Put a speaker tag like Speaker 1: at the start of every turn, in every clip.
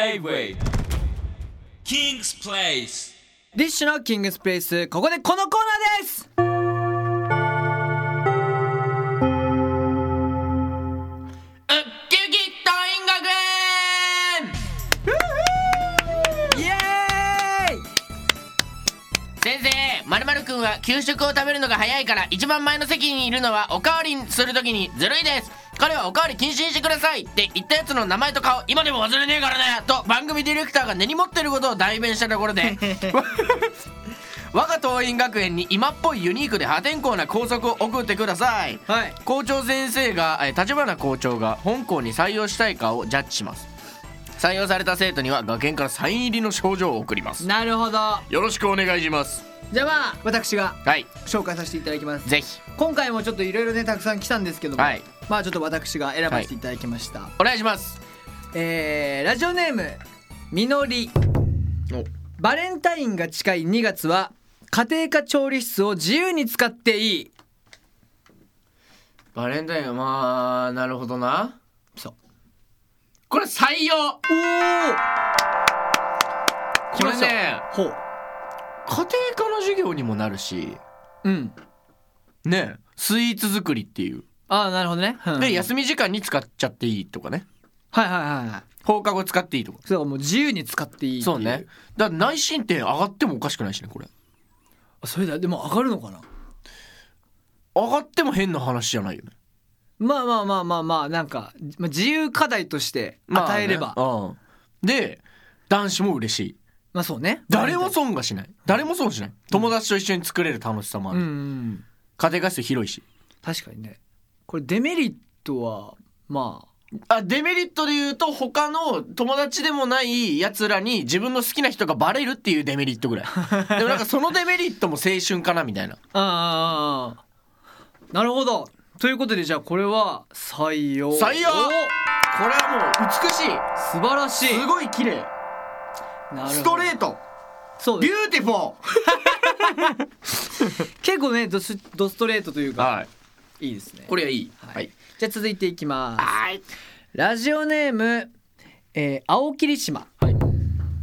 Speaker 1: J-Way King's Place
Speaker 2: ディッシュのキングスプレイスここでこのコーナーです
Speaker 1: ウッキウキトイン学園
Speaker 2: イエーイ
Speaker 3: 先生まるまるくんは給食を食べるのが早いから一番前の席にいるのはおかわりするときにずるいです彼はおかわり禁止にしてくださいって言ったやつの名前と顔今でも忘れねえからねと番組ディレクターが根に持ってることを代弁したところで 我が桐蔭学園に今っぽいユニークで破天荒な校則を送ってください
Speaker 2: はい
Speaker 3: 校長先生がえー立花校長が本校に採用したいかをジャッジします採用された生徒には学研からサイン入りの賞状を送ります
Speaker 2: なるほど
Speaker 3: よろしくお願いします
Speaker 2: じゃあまあ私が
Speaker 3: はい
Speaker 2: 紹介させていただきます
Speaker 3: ぜひ
Speaker 2: 今回もちょっといろいろねたくさん来たんですけども、
Speaker 3: はい
Speaker 2: まあちょっと私が選ばせていただきました、
Speaker 3: お願いします
Speaker 2: えーラジオネームみのり
Speaker 3: お
Speaker 2: バレンタインが近い2月は家庭科調理室を自由に使っていい
Speaker 3: バレンタインはまあなるほどな
Speaker 2: そう
Speaker 3: これ採用
Speaker 2: おお
Speaker 3: これね
Speaker 2: ほう
Speaker 3: 家庭科の授業にもなるし
Speaker 2: うん
Speaker 3: ねえスイーツ作りっていう
Speaker 2: ああなるほどね、うん
Speaker 3: で休み時間に使っちゃっていいとかね
Speaker 2: はいはいはいはい
Speaker 3: 放課後使っていいとか
Speaker 2: そうもう自由に使っていいっていう
Speaker 3: そうねだから内申点上がってもおかしくないしねこれ
Speaker 2: あそれだでも上がるのかな
Speaker 3: 上がっても変な話じゃないよね
Speaker 2: まあまあまあまあまあなんか、まあ、自由課題として
Speaker 3: まあ
Speaker 2: 与
Speaker 3: ね
Speaker 2: えれば、まあ
Speaker 3: うんで男子も嬉しい
Speaker 2: そうね
Speaker 3: 誰も損がしない誰も損しない友達と一緒に作れる楽しさもあ
Speaker 2: うん、
Speaker 3: る、
Speaker 2: うんうん、
Speaker 3: 家庭科室広いし
Speaker 2: 確かにねこれデメリットはまあ
Speaker 3: あデメリットで言うと他の友達でもないやつらに自分の好きな人がバレるっていうデメリットぐらい でもなんかそのデメリットも青春かなみたいな
Speaker 2: ああなるほどということでじゃあこれは採用
Speaker 3: 採用
Speaker 2: お
Speaker 3: これはもう美しい
Speaker 2: 素晴らしい
Speaker 3: すごい綺麗
Speaker 2: なるほど
Speaker 3: ストレート
Speaker 2: そう
Speaker 3: ビ
Speaker 2: で
Speaker 3: ュ
Speaker 2: す
Speaker 3: ーティフォ
Speaker 2: 結構ねドスドストレートという
Speaker 3: ー
Speaker 2: か、
Speaker 3: はい
Speaker 2: い、いですね
Speaker 3: これはいいはい
Speaker 2: じゃあ続いていきます
Speaker 3: はい
Speaker 2: ラジオネーム、えー青霧島、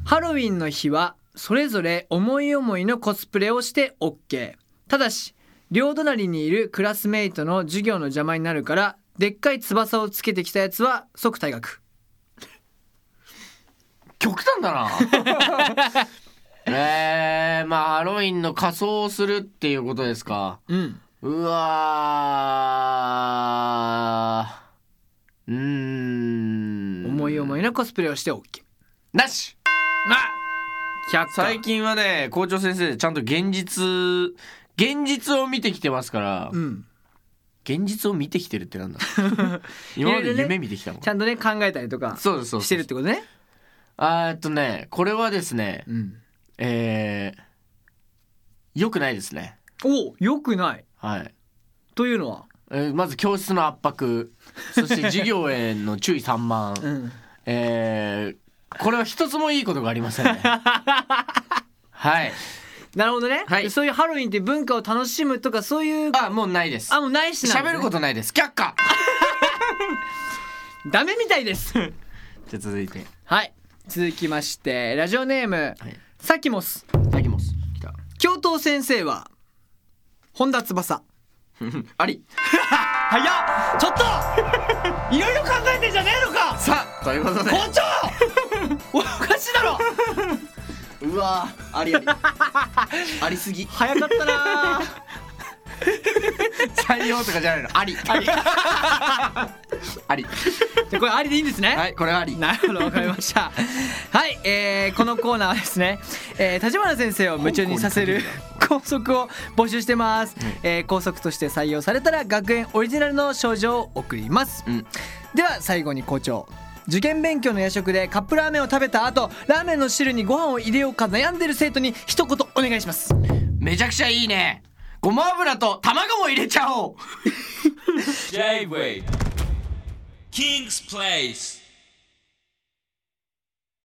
Speaker 2: ハロウィンの日はそれぞれ思い思いのコスプレをして OK ただし両隣にいるクラスメイトの授業の邪魔になるからでっかい翼をつけてきたやつは即退学
Speaker 3: 極端だ なえー、まあハロウィンの仮装をするっていうことですか
Speaker 2: うん
Speaker 3: うわーうーん
Speaker 2: 思い思いのコスプレをして OK
Speaker 3: なし
Speaker 2: まあ100
Speaker 3: 最近はね校長先生ちゃんと現実現実を見てきてますから、
Speaker 2: うん
Speaker 3: 現実を見てきてるってな んだ今まで夢見てきたの
Speaker 2: ちゃんとね考えたりとか
Speaker 3: そうですそうです
Speaker 2: してるってことね
Speaker 3: あーっとねこれはですね
Speaker 2: うん
Speaker 3: えー、よくないですね
Speaker 2: およくない
Speaker 3: はい、
Speaker 2: というのは
Speaker 3: えーまず教室の圧迫そして授業への注意散漫、
Speaker 2: うん
Speaker 3: えー、これは一つもいいことがありませ んねはい
Speaker 2: なるほどね、
Speaker 3: はい
Speaker 2: そういうハロウィンって文化を楽しむとかそういう
Speaker 3: あもうないです
Speaker 2: あもうないしな
Speaker 3: 喋ることとないです却下
Speaker 2: ダメみたいです
Speaker 3: じゃあ続いてい
Speaker 2: はい続きましてラジオネーム、
Speaker 3: はい
Speaker 2: サキモス
Speaker 3: ただきます来た
Speaker 2: 教頭先生は本田翼
Speaker 3: あり
Speaker 2: 早っちょっといろいろ考えてんじゃねえのか
Speaker 3: さあということで
Speaker 2: 校長おかしいだろ
Speaker 3: うわーあり ありありすぎ
Speaker 2: 早かったな ー
Speaker 3: 採用とかじゃないのありあり あり
Speaker 2: じゃあこれありでいいんですね
Speaker 3: はいこれはあり
Speaker 2: なるほどわかりましたはい、えーこのコーナーはですね、えー、立花先生を夢中にさせる校則を募集してます、えー校則として採用されたら学園オリジナルの賞状を送ります、
Speaker 3: ん
Speaker 2: では最後に校長受験勉強の夜食でカップラーメンを食べた後ラーメンの汁にご飯を入れようか悩んでる生徒に一言お願いします
Speaker 3: めちゃくちゃいいねごま油と卵も入れちゃおう
Speaker 1: J-Way King's Place